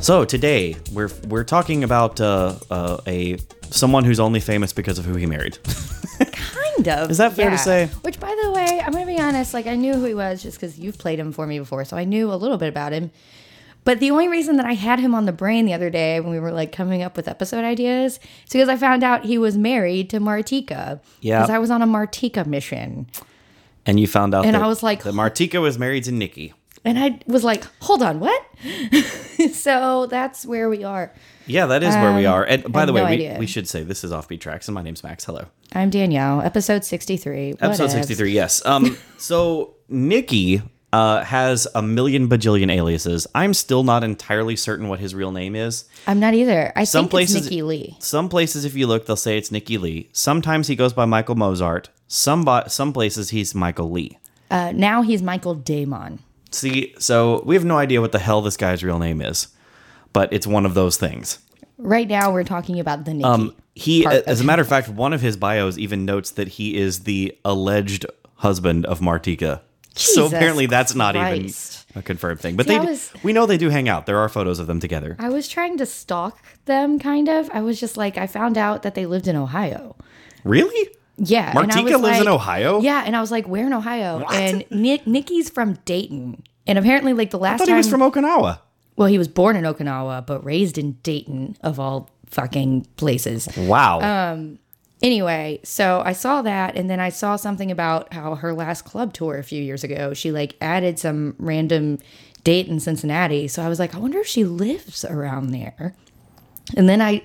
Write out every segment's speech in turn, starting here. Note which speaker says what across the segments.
Speaker 1: So today we're we're talking about uh, uh, a someone who's only famous because of who he married.
Speaker 2: Kind of.
Speaker 1: Is that fair to say?
Speaker 2: Which, by the way, I'm going to be honest. Like, I knew who he was just because you've played him for me before, so I knew a little bit about him. But the only reason that I had him on the brain the other day when we were like coming up with episode ideas is because I found out he was married to Martika.
Speaker 1: Yeah.
Speaker 2: Because I was on a Martika mission,
Speaker 1: and you found out.
Speaker 2: And
Speaker 1: that-
Speaker 2: I was like-
Speaker 1: that Martika was married to Nikki.
Speaker 2: and I was like, "Hold on, what?" so that's where we are.
Speaker 1: Yeah, that is where we are. And by
Speaker 2: Um, have
Speaker 1: the way,
Speaker 2: no
Speaker 1: we,
Speaker 2: idea.
Speaker 1: we should say this is Offbeat Tracks, and my name's Max. Hello.
Speaker 2: I'm Danielle. Episode 63.
Speaker 1: Episode
Speaker 2: Whatevs.
Speaker 1: 63, yes. Um, so Nikki uh, has a million bajillion aliases. I'm still not entirely certain what his real name is.
Speaker 2: I'm not either. I
Speaker 1: Some
Speaker 2: think
Speaker 1: places,
Speaker 2: it's Nikki Lee.
Speaker 1: Some places, if you look, they'll say it's Nikki Lee. Sometimes he goes by Michael Mozart. Some bo- some places he's Michael Lee.
Speaker 2: Uh, now he's Michael Damon.
Speaker 1: See, so we have no idea what the hell this guy's real name is, but it's one of those things.
Speaker 2: Right now we're talking about the Nikki.
Speaker 1: Um, he,
Speaker 2: Part
Speaker 1: as a
Speaker 2: of-
Speaker 1: matter of fact, one of his bios even notes that he is the alleged husband of Martika. so
Speaker 2: Jesus
Speaker 1: apparently, that's not
Speaker 2: Christ.
Speaker 1: even a confirmed thing. But
Speaker 2: See,
Speaker 1: they,
Speaker 2: I
Speaker 1: do-
Speaker 2: was-
Speaker 1: we know they do hang out. There are photos of them together.
Speaker 2: I was trying to stalk them, kind of. I was just like, I found out that they lived in Ohio.
Speaker 1: Really?
Speaker 2: Yeah. and I
Speaker 1: Martika
Speaker 2: was
Speaker 1: lives in
Speaker 2: like-
Speaker 1: Ohio?
Speaker 2: Yeah. And I was like, where in Ohio?
Speaker 1: What?
Speaker 2: And Nick, Nikki's from Dayton. And apparently, like the
Speaker 1: I
Speaker 2: last
Speaker 1: thought
Speaker 2: time.
Speaker 1: he was from Okinawa.
Speaker 2: well, he was born in Okinawa, but raised in Dayton, of all fucking places.
Speaker 1: Wow.
Speaker 2: Um, Anyway, so I saw that, and then I saw something about how her last club tour a few years ago, she like added some random date in Cincinnati. So I was like, I wonder if she lives around there. And then I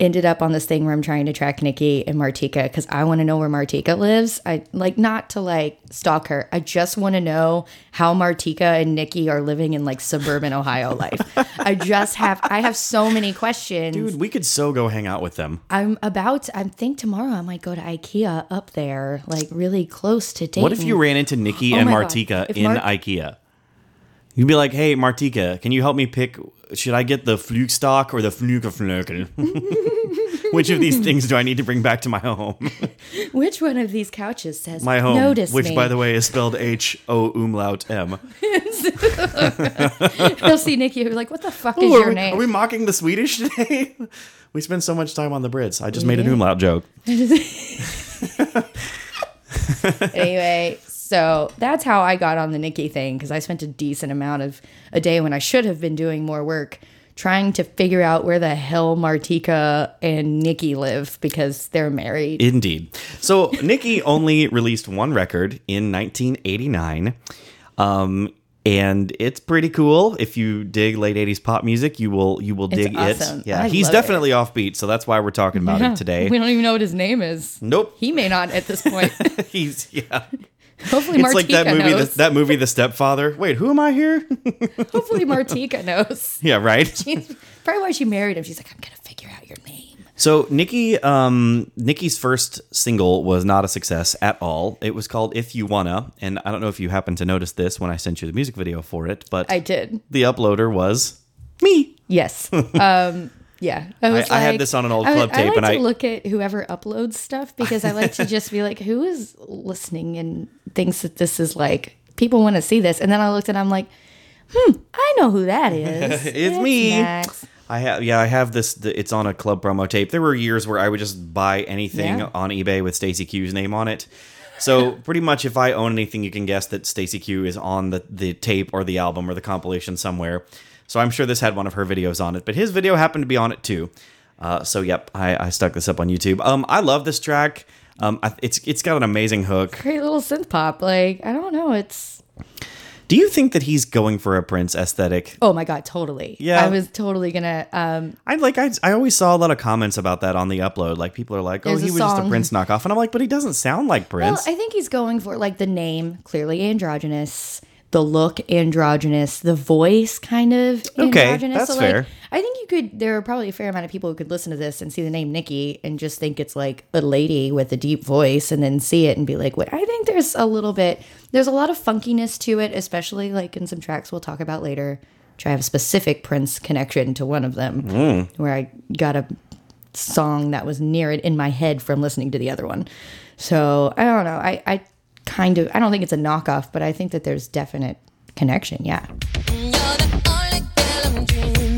Speaker 2: ended up on this thing where I'm trying to track Nikki and Martika because I want to know where Martika lives. I like not to like stalk her. I just want to know how Martika and Nikki are living in like suburban Ohio life. I just have I have so many questions.
Speaker 1: Dude, we could so go hang out with them.
Speaker 2: I'm about. I think tomorrow I might go to IKEA up there, like really close to Dayton.
Speaker 1: What if you ran into Nikki and
Speaker 2: Oh my God.
Speaker 1: Martika
Speaker 2: If
Speaker 1: in
Speaker 2: Mar-
Speaker 1: IKEA? You'd be like, "Hey, Martika, can you help me pick? Should I get the Flugstock or the Flugaflökel? Which of these things do I need to bring back to my home?
Speaker 2: Which one of these couches says
Speaker 1: My home,
Speaker 2: Notice
Speaker 1: which
Speaker 2: me.
Speaker 1: by the way is spelled H O umlaut M.
Speaker 2: you'll see Nikki. You're like, what the fuck is
Speaker 1: Ooh,
Speaker 2: your
Speaker 1: are, we,
Speaker 2: name?
Speaker 1: are we mocking the Swedish today? we spend so much time on the Brits. I just made an
Speaker 2: did.
Speaker 1: umlaut joke.
Speaker 2: anyway, so that's how I got on the Nikki thing because I spent a decent amount of a day when I should have been doing more work trying to figure out where the hell Martika and Nikki live because they're married.
Speaker 1: Indeed. So Nikki only released one record in 1989. Um, and it's pretty cool. If you dig late 80s pop music, you will you will dig
Speaker 2: awesome.
Speaker 1: it. Yeah,
Speaker 2: I
Speaker 1: he's
Speaker 2: love
Speaker 1: definitely offbeat, so that's why we're talking about it today.
Speaker 2: We don't even know what his name is.
Speaker 1: Nope.
Speaker 2: He may not at this point.
Speaker 1: he's yeah.
Speaker 2: Hopefully,
Speaker 1: It's
Speaker 2: Martika
Speaker 1: like that movie
Speaker 2: knows.
Speaker 1: the, that movie The Stepfather. Wait, who am I here?
Speaker 2: Hopefully, Martika knows.
Speaker 1: yeah, right.
Speaker 2: She's probably why she married him. She's like, I'm gonna figure out your name.
Speaker 1: So Nikki, um, Nikki's first single was not a success at all. It was called "If You Wanna," and I don't know if you happened to notice this when I sent you the music video for it, but
Speaker 2: I did.
Speaker 1: the uploader was me.
Speaker 2: Yes. um. Yeah. I, was
Speaker 1: I had
Speaker 2: like-
Speaker 1: this on an old
Speaker 2: I-
Speaker 1: club
Speaker 2: I
Speaker 1: tape,
Speaker 2: like
Speaker 1: and
Speaker 2: to
Speaker 1: I-
Speaker 2: look at whoever uploads stuff because I like to just be like, who is listening and thinks that this is like people want to see this, and then I looked and I'm like, hmm, I know who that is.
Speaker 1: It's me.
Speaker 2: Max.
Speaker 1: I have yeah, I have this. th- It's on a club promo tape. There were years where I would just buy anything
Speaker 2: Yeah.
Speaker 1: on eBay with Stacy Q's name on it. So pretty much, if I own anything, you can guess that Stacy Q is on the the tape or the album or the compilation somewhere. So I'm sure this had one of her videos on it, but his video happened to be on it too. Uh, so yep, I, I stuck this up on YouTube. Um, I love this track. Um, I, it's it's got an amazing hook.
Speaker 2: Great little synth pop. Like I don't know. It's
Speaker 1: Do you think that he's going for a Prince aesthetic?
Speaker 2: oh my god, totally.
Speaker 1: Yeah.
Speaker 2: I was totally gonna. Um,
Speaker 1: I like I, I always saw a lot of comments about that on the upload. Like people are like, "Oh,
Speaker 2: There's
Speaker 1: he
Speaker 2: a
Speaker 1: was just a
Speaker 2: song.
Speaker 1: Prince knockoff," and I'm like, "But he doesn't sound like
Speaker 2: Well,
Speaker 1: Prince."
Speaker 2: I think he's going for like the name, clearly androgynous, the look androgynous, the voice kind of
Speaker 1: Okay,
Speaker 2: androgynous.
Speaker 1: that's
Speaker 2: so, like,
Speaker 1: fair.
Speaker 2: I think you could. There are probably a fair amount of people who could listen to this and see the name Nikki and just think it's like a lady with a deep voice, and then see it and be like, "What?" I think there's a little bit. There's a lot of funkiness to it, especially like in some tracks we'll talk about later. Which I have a specific Prince connection to one of them,
Speaker 1: Hmm.
Speaker 2: where I got a song that was near it in my head from listening to the other one. So I don't know. I, I kind of I don't think it's a knockoff, but I think that there's definite connection. Yeah.
Speaker 3: You're the only girl I'm dreaming.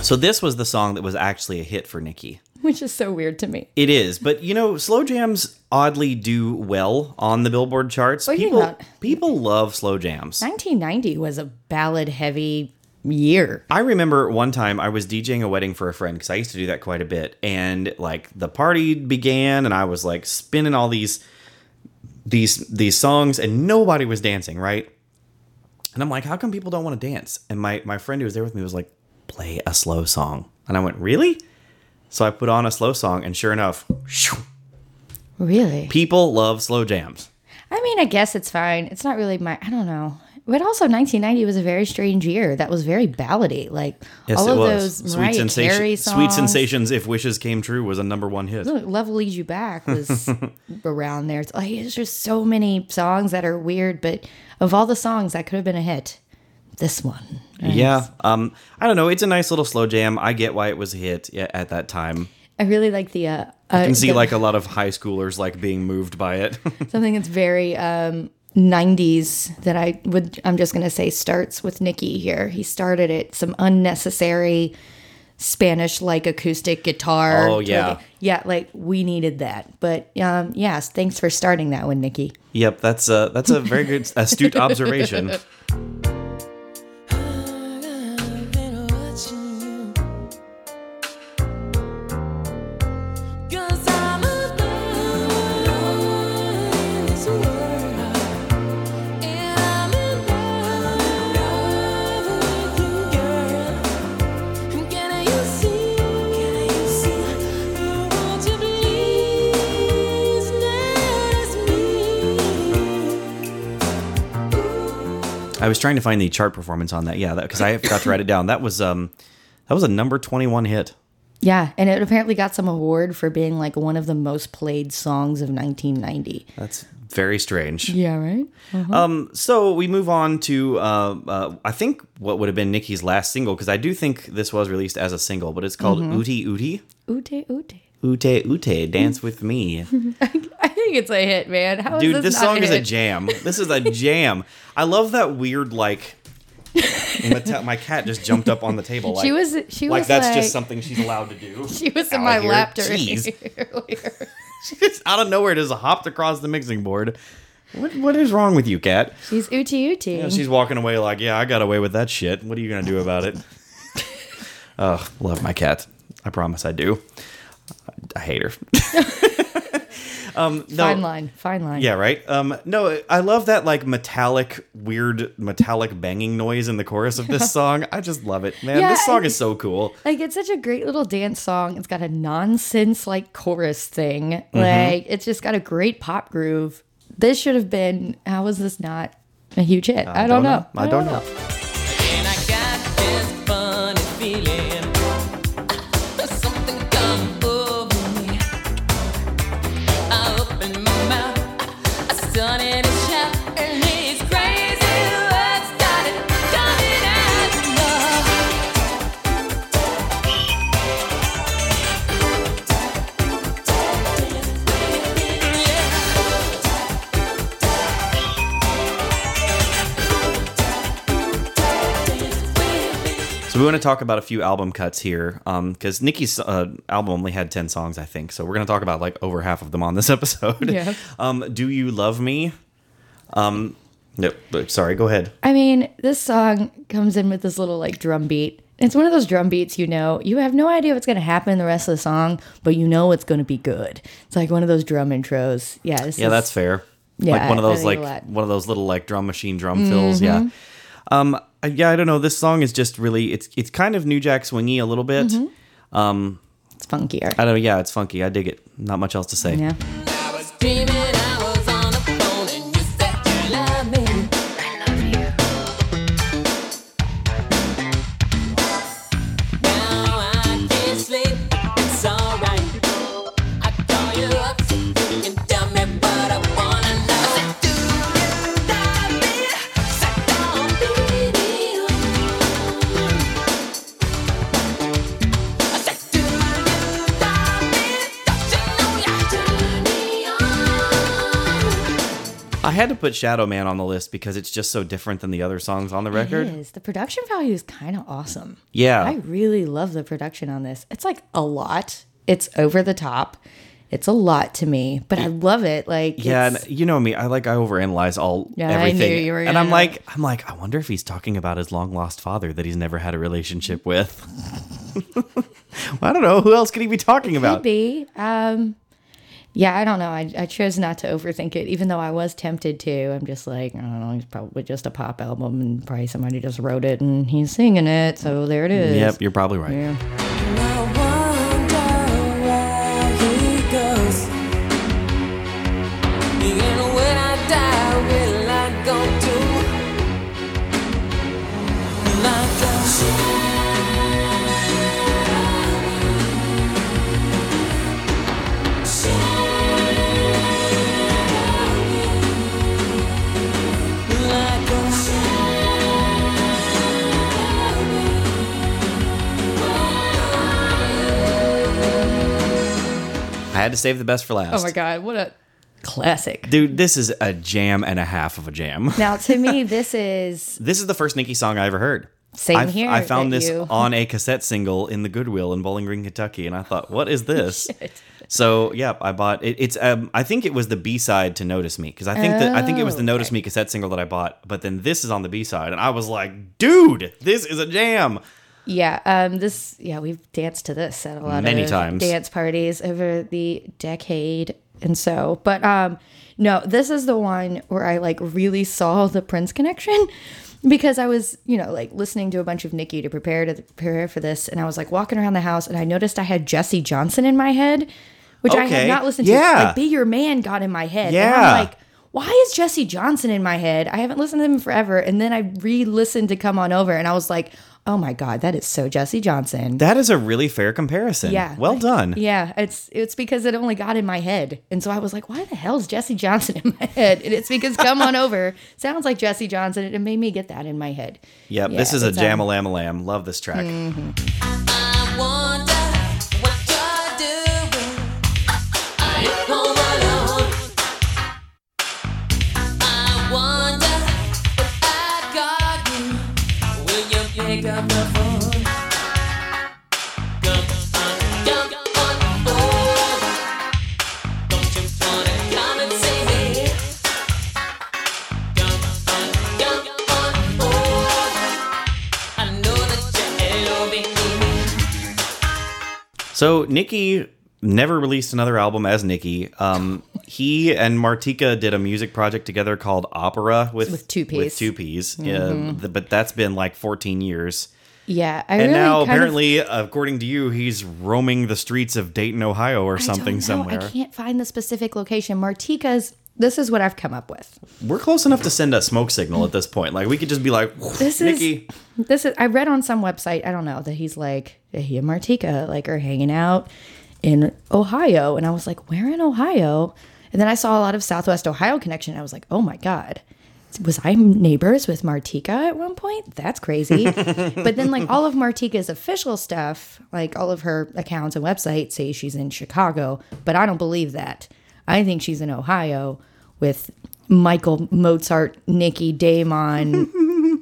Speaker 1: So this was the song that was actually a hit for Nikki.
Speaker 2: which is so weird to me.
Speaker 1: It is, but you know, slow jams oddly do well on the Billboard charts.
Speaker 2: What do you think
Speaker 1: people
Speaker 2: about-
Speaker 1: people love slow jams.
Speaker 2: 1990 was a ballad heavy year.
Speaker 1: I remember one time I was DJing a wedding for a friend because I used to do that quite a bit, and like the party began, and I was like spinning all these these these songs, and nobody was dancing, right? And I'm like, how come people don't want to dance? And my my friend who was there with me was like, play a slow song, and I went, really? So I put on a slow song, and sure enough, shoo,
Speaker 2: Really?
Speaker 1: people love slow jams.
Speaker 2: I mean, I guess it's fine. It's not really my, I don't know. But also, 1990 was a very strange year. That was very ballady. Like all of those Mariah Carey songs.
Speaker 1: Sweet sensations. If wishes came true, was a number one hit.
Speaker 2: Love Leads You Back was around there. It's like there's just so many songs that are weird, but of all the songs that could have been a hit, this one.
Speaker 1: Yeah. Um, I don't know. It's a nice little slow jam. I get why it was a hit yeah, at that time.
Speaker 2: I really like the uh,
Speaker 1: I
Speaker 2: uh
Speaker 1: can see
Speaker 2: the-
Speaker 1: like a lot of high schoolers like being moved by it.
Speaker 2: something that's very um 90s that I would I'm just going to say starts with Nikki here. He started it some unnecessary Spanish like acoustic guitar.
Speaker 1: Oh,
Speaker 2: Like,
Speaker 1: yeah.
Speaker 2: yeah, like we needed that. But um yes, thanks for starting that one, Nikki.
Speaker 1: yep, that's a that's a very good astute observation.
Speaker 3: I've been watching you. 'Cause I'm alone in this world, and I'm in love with you, girl. Can you see? Can you see? Won't you please notice me?
Speaker 1: I was trying to find the chart performance on that. Yeah, because I forgot to write it down. That was um that was a number twenty one hit.
Speaker 2: Yeah, and it apparently got some award for being like one of the most played songs of 1990.
Speaker 1: That's very strange.
Speaker 2: Yeah, right?
Speaker 1: Um, so we move on to uh, uh, I think what would have been Nikki's last single because I do think this was released as a single, but it's called Uti Uti
Speaker 2: Ute ute.
Speaker 1: Ute Ute Dance with Me.
Speaker 2: I think it's a hit, man. How is
Speaker 1: Dude, this
Speaker 2: not
Speaker 1: song is a
Speaker 2: hit?
Speaker 1: jam. This is a jam. I love that weird like. my, ta- my cat just jumped up on the table. Like,
Speaker 2: She was she
Speaker 1: like
Speaker 2: was
Speaker 1: that's
Speaker 2: like,
Speaker 1: just something she's allowed to do.
Speaker 2: She was in
Speaker 1: out
Speaker 2: my
Speaker 1: here.
Speaker 2: lap during
Speaker 1: Jeez,
Speaker 2: earlier.
Speaker 1: she just out of nowhere just hopped across the mixing board. What what is wrong with you, cat?
Speaker 2: She's ooty ooty.
Speaker 1: And she's walking away like, yeah, I got away with that shit. What are you gonna do about it? Ugh, love my cat. I promise I do. I hate her. um, no,
Speaker 2: fine line, fine line.
Speaker 1: Yeah, right. Um, no, I love that like metallic, weird metallic banging noise in the chorus of this song. I just love it, man.
Speaker 2: Yeah,
Speaker 1: this song
Speaker 2: I-
Speaker 1: is so cool.
Speaker 2: Like it's such a great little dance song. It's got a nonsense like chorus thing.
Speaker 1: Mm-hmm.
Speaker 2: Like it's just got a great pop groove. This should have been. How was this not a huge hit? I, don't, know.
Speaker 1: I don't know.
Speaker 3: And I got this funny feeling that something come over me. I open my mouth, I started to shout, and these crazy words started coming out. Love. Yeah.
Speaker 1: So we want to talk about a few album cuts here, because Nikki's uh, album only had ten songs, I think. So we're going to talk about like over half of them on this episode.
Speaker 2: Yeah.
Speaker 1: Um, Do you love me? Um, no, but- sorry. Go ahead.
Speaker 2: I mean, this song comes in with this little like drum beat. It's one of those drum beats you know. You have no idea what's going to happen the rest of the song, but you know it's going to be good. It's like one of those drum intros. Yeah, this
Speaker 1: Yeah,
Speaker 2: is-
Speaker 1: that's fair. like
Speaker 2: Yeah,
Speaker 1: one of
Speaker 2: I
Speaker 1: those
Speaker 2: think
Speaker 1: like
Speaker 2: a lot.
Speaker 1: one of those little like drum machine drum fills. Yeah.
Speaker 2: Mm-hmm.
Speaker 1: Um. I- Yeah. I don't know. This song is just really it's it's kind of New Jack Swingy a little bit.
Speaker 2: Mm-hmm. it's funkier.
Speaker 1: I don't. know. Yeah, it's funky. I dig it. Not much else to say.
Speaker 2: yeah.
Speaker 3: I was dreaming I was on the phone and you said you love me. I love you. Now I can't sleep, it's alright. I call you up, you can tell me what I wanna know. I said, Do you love me? Said, don't be the only I said, do you love me? Don't you know you're turning me on?
Speaker 1: had to put Shadow Man on the list because it's just so different than the other songs on the
Speaker 2: It
Speaker 1: record.
Speaker 2: is. The production value is kind of awesome.
Speaker 1: Yeah.
Speaker 2: I really love the production on this. It's like a lot. It's over the top. It's a lot to me, but I love it. Like
Speaker 1: yeah,
Speaker 2: it's-
Speaker 1: and you know me. I like I overanalyze all
Speaker 2: Yeah, I knew
Speaker 1: everything,
Speaker 2: you were
Speaker 1: and I'm
Speaker 2: gonna-
Speaker 1: like, I'm like, I wonder if he's talking about his long lost father that he's never had a relationship with. I don't know who else could he be talking about.
Speaker 2: Maybe. Um, yeah, I don't know. I, I chose not to overthink it, even though I was tempted to. I'm just like, I don't know. It's probably just a pop album, and probably somebody just wrote it and he's singing it. So there it is.
Speaker 1: Yep, you're probably right.
Speaker 2: Yeah.
Speaker 4: I wonder where he goes.
Speaker 3: And when I die, will I go to? Will I go? Will I go?
Speaker 1: I had to save the best for last.
Speaker 2: Oh my God. What a classic.
Speaker 1: Dude, this is a jam and a half of a jam.
Speaker 2: Now, to me, this is
Speaker 1: This is the first Nikki song I ever heard.
Speaker 2: Same
Speaker 1: I,
Speaker 2: here
Speaker 1: I found
Speaker 2: that
Speaker 1: this
Speaker 2: you-
Speaker 1: on a cassette single in the Goodwill in Bowling Green, Kentucky, and I thought, "What is this?" so, yeah, I bought it. It's um, I think it was the B side to "Notice Me" because I think that I think it was the
Speaker 2: Oh,
Speaker 1: "Notice Me" cassette single that I bought, but then this is on the B side, and I was like, "Dude, this is a jam!"
Speaker 2: yeah. Um, this yeah, we've danced to this at a lot
Speaker 1: Many
Speaker 2: of
Speaker 1: times.
Speaker 2: dance parties over the decade, and so. But um, no, this is the one where I like really saw the Prince connection because I was you know like listening to a bunch of Nicki to prepare to prepare for this, and I was like walking around the house, and I noticed I had Jesse Johnson in my head, which I
Speaker 1: Okay,
Speaker 2: had not listened
Speaker 1: yeah.
Speaker 2: to. Like, Be Your Man got in my head. And
Speaker 1: Yeah.
Speaker 2: I'm like, why is Jesse Johnson in my head? I haven't listened to him forever. And then I re listened to Come On Over and I was like, oh my God, that is so Jesse Johnson.
Speaker 1: That is a really fair comparison.
Speaker 2: yeah.
Speaker 1: well
Speaker 2: like,
Speaker 1: done.
Speaker 2: Yeah. It's it's because it only got in my head. And so I was like, why the hell is Jesse Johnson in my head? And it's because Come On Over sounds like Jesse Johnson. And it made me get that in my head.
Speaker 1: Yep, this
Speaker 2: Yeah,
Speaker 1: is a
Speaker 2: it's,
Speaker 1: jam a
Speaker 2: um,
Speaker 1: lam a lam. Love this track.
Speaker 3: I wonder what you're doing. Are you home alone? I wonder if I got you. Will you pick up the phone? Come on, come on over. Don't you wanna come and see me? Come on, come on over. I know that you're loving me.
Speaker 1: So Nikki never released another album as Nikki. Um, he and Martika did a music project together called Opera with
Speaker 2: With Two Mm-hmm.
Speaker 1: With
Speaker 2: Piece.
Speaker 1: two P's. Yeah, th- but that's been like 14 years.
Speaker 2: Yeah. I
Speaker 1: And
Speaker 2: really
Speaker 1: now,
Speaker 2: kind of-
Speaker 1: apparently, according to you, he's roaming the streets of Dayton, Ohio, or
Speaker 2: I don't
Speaker 1: something
Speaker 2: know.
Speaker 1: somewhere.
Speaker 2: I can't find the specific location. Martika's, this is what I've come up with.
Speaker 1: We're close enough to send a smoke signal at this point. Like we could just be like,
Speaker 2: This
Speaker 1: Nikki.
Speaker 2: is this is I read on some website, I don't know, that he's like that he and Martika like are hanging out in Ohio. And I was like, Where in Ohio? And then I saw a lot of Southwest Ohio connection. I was like, oh my God. Was I neighbors with Martika at one point? That's crazy. but then like all of Martika's official stuff, like all of her accounts and websites say she's in Chicago, but I don't believe that. I think she's in Ohio with Michael Mozart, Nikki Damon,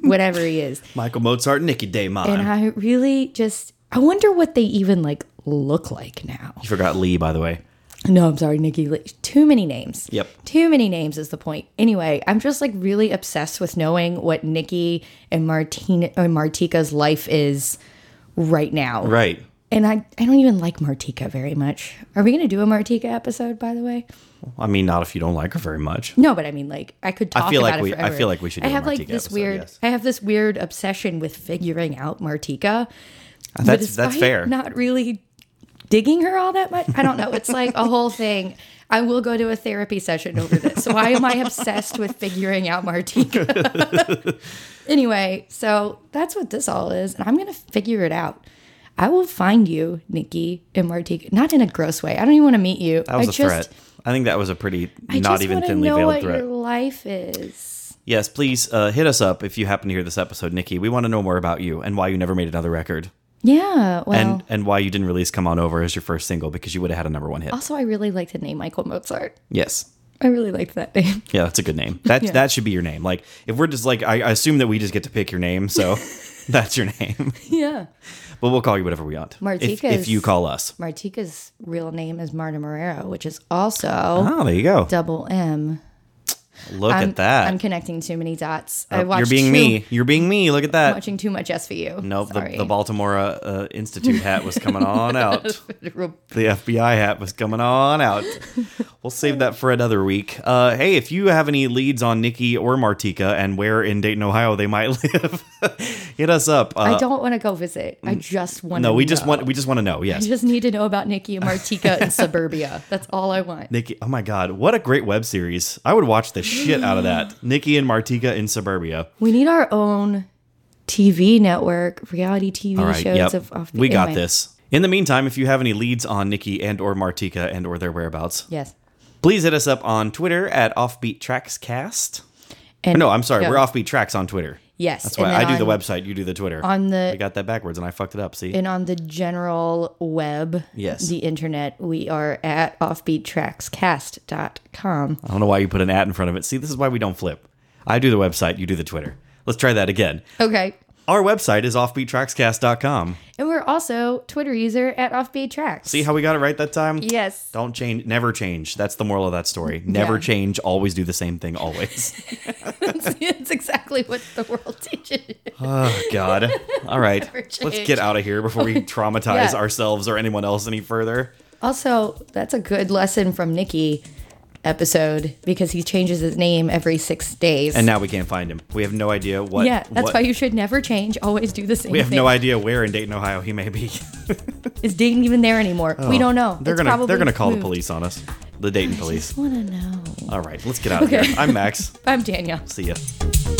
Speaker 2: whatever he is.
Speaker 1: Michael Mozart, and Nikki Damon.
Speaker 2: And I really just I wonder what they even like look like now.
Speaker 1: you forgot Lee, by the way.
Speaker 2: No, I'm sorry, Nikki. Lee. Too many names.
Speaker 1: Yep.
Speaker 2: Too many names is the point. Anyway, I'm just like really obsessed with knowing what Nikki and Martina and Martika's life is right now.
Speaker 1: Right.
Speaker 2: And I I don't even like Martika very much. Are we gonna do a Martika episode, by the way?
Speaker 1: I mean, not if you don't like her very much.
Speaker 2: No, but I mean, like I could talk.
Speaker 1: feel like
Speaker 2: about it
Speaker 1: we- I
Speaker 2: forever.
Speaker 1: feel like we should
Speaker 2: I
Speaker 1: do a
Speaker 2: have like
Speaker 1: Martika
Speaker 2: this
Speaker 1: episode,
Speaker 2: weird.
Speaker 1: yes.
Speaker 2: I have this weird obsession with figuring out Martika. But
Speaker 1: That's that's
Speaker 2: despite
Speaker 1: fair.
Speaker 2: Not really digging her all that much. I don't know. It's like a whole thing. I will go to a therapy session over this. Why am I obsessed with figuring out Martika? anyway, so that's what this all is, and I'm gonna figure it out. I will find you, Nikki and Martika. Not in a gross way. I don't even want to meet you.
Speaker 1: that was
Speaker 2: I
Speaker 1: a
Speaker 2: just,
Speaker 1: threat. I think that was a pretty
Speaker 2: I
Speaker 1: not
Speaker 2: just
Speaker 1: even
Speaker 2: wanna
Speaker 1: thinly
Speaker 2: know
Speaker 1: veiled
Speaker 2: what
Speaker 1: threat.
Speaker 2: your life is.
Speaker 1: Yes, please uh, hit us up if you happen to hear this episode, Nikki. We want to know more about you and why you never made another record,
Speaker 2: Yeah. Well,
Speaker 1: and and why you didn't release "Come On Over" as your first single because you would have had a number one hit.
Speaker 2: also, I really like the name Michael Mozart.
Speaker 1: Yes,
Speaker 2: I really liked that name.
Speaker 1: Yeah, that's a good name. That
Speaker 2: Yeah.
Speaker 1: that should be your name. Like if we're just like I, I assume that we just get to pick your name, so that's your name.
Speaker 2: yeah.
Speaker 1: but we'll call you whatever we want. If, if
Speaker 2: Martikas.
Speaker 1: you call us.
Speaker 2: Martika's real name is Marta Morero, which is also
Speaker 1: Oh, there you go.
Speaker 2: double M.
Speaker 1: Look
Speaker 2: I'm-
Speaker 1: at that.
Speaker 2: I'm connecting too many dots. I
Speaker 1: Oh,
Speaker 2: watched
Speaker 1: You're being
Speaker 2: too-
Speaker 1: me. You're being me. Look at that.
Speaker 2: Watching too much SVU.
Speaker 1: Nope, the,
Speaker 2: Sorry.
Speaker 1: the Baltimore uh, uh, Institute hat was coming on out. The FBI hat was coming on out. We'll save that for another week. Uh, hey, if you have any leads on Nikki or Martika and where in Dayton, Ohio they might live, hit us up. Uh,
Speaker 2: I don't want to go visit. I just want.
Speaker 1: no, we just want we just want to know.
Speaker 2: I
Speaker 1: Yes,
Speaker 2: just need to know about Nikki and Martika and Suburbia. That's all I want.
Speaker 1: Nikki. Oh my God, what a great web series! I would watch the shit out of that. Nikki and Martika in suburbia.
Speaker 2: We need our own TV network, reality TV shows of off the
Speaker 1: we got
Speaker 2: anyway.
Speaker 1: this. In the meantime, if you have any leads on Nikki and or Martika and or their whereabouts,
Speaker 2: Yes.
Speaker 1: Please hit us up on Twitter at Offbeat Tracks Cast.
Speaker 2: And
Speaker 1: Oh, No, I'm sorry,
Speaker 2: yeah.
Speaker 1: we're Offbeat Tracks on Twitter.
Speaker 2: Yes.
Speaker 1: That's
Speaker 2: and
Speaker 1: why I
Speaker 2: then
Speaker 1: do the
Speaker 2: on-
Speaker 1: website, you do the Twitter.
Speaker 2: on the-
Speaker 1: we got that backwards, and I fucked it up. See,
Speaker 2: And on the general web,
Speaker 1: Yes.
Speaker 2: the internet, we are at offbeattrackscast.com.
Speaker 1: I don't know why you put an at in front of it. See, this is why we don't flip. I do the website, you do the Twitter. Let's try that again.
Speaker 2: Okay.
Speaker 1: Our website is offbeattrackscast.com.
Speaker 2: And we're also Twitter user at offbeattracks.
Speaker 1: See how we got it right that time?
Speaker 2: Yes.
Speaker 1: Don't change, never change. That's the moral of that story. Never
Speaker 2: Yeah.
Speaker 1: change, always do the same thing, always.
Speaker 2: It's exactly what the world teaches.
Speaker 1: Oh God! All right, let's
Speaker 2: change.
Speaker 1: get out of here before we traumatize
Speaker 2: Yeah.
Speaker 1: ourselves or anyone else any further.
Speaker 2: Also, that's a good lesson from Nikki episode because he changes his name every six days.
Speaker 1: And now we can't find him. We have no idea what.
Speaker 2: yeah, that's
Speaker 1: what-
Speaker 2: why you should never change. Always do the same
Speaker 1: We have
Speaker 2: thing.
Speaker 1: no idea where in Dayton, Ohio he may be.
Speaker 2: Is Dayton even there anymore? we don't know.
Speaker 1: Oh, They're
Speaker 2: It's
Speaker 1: gonna
Speaker 2: probably
Speaker 1: they're gonna call the
Speaker 2: moved.
Speaker 1: police on us. The Dayton police.
Speaker 2: I want to know.
Speaker 1: All right, let's get out of here. I'm Max.
Speaker 2: I'm Danielle.
Speaker 1: See ya.
Speaker 2: Bye.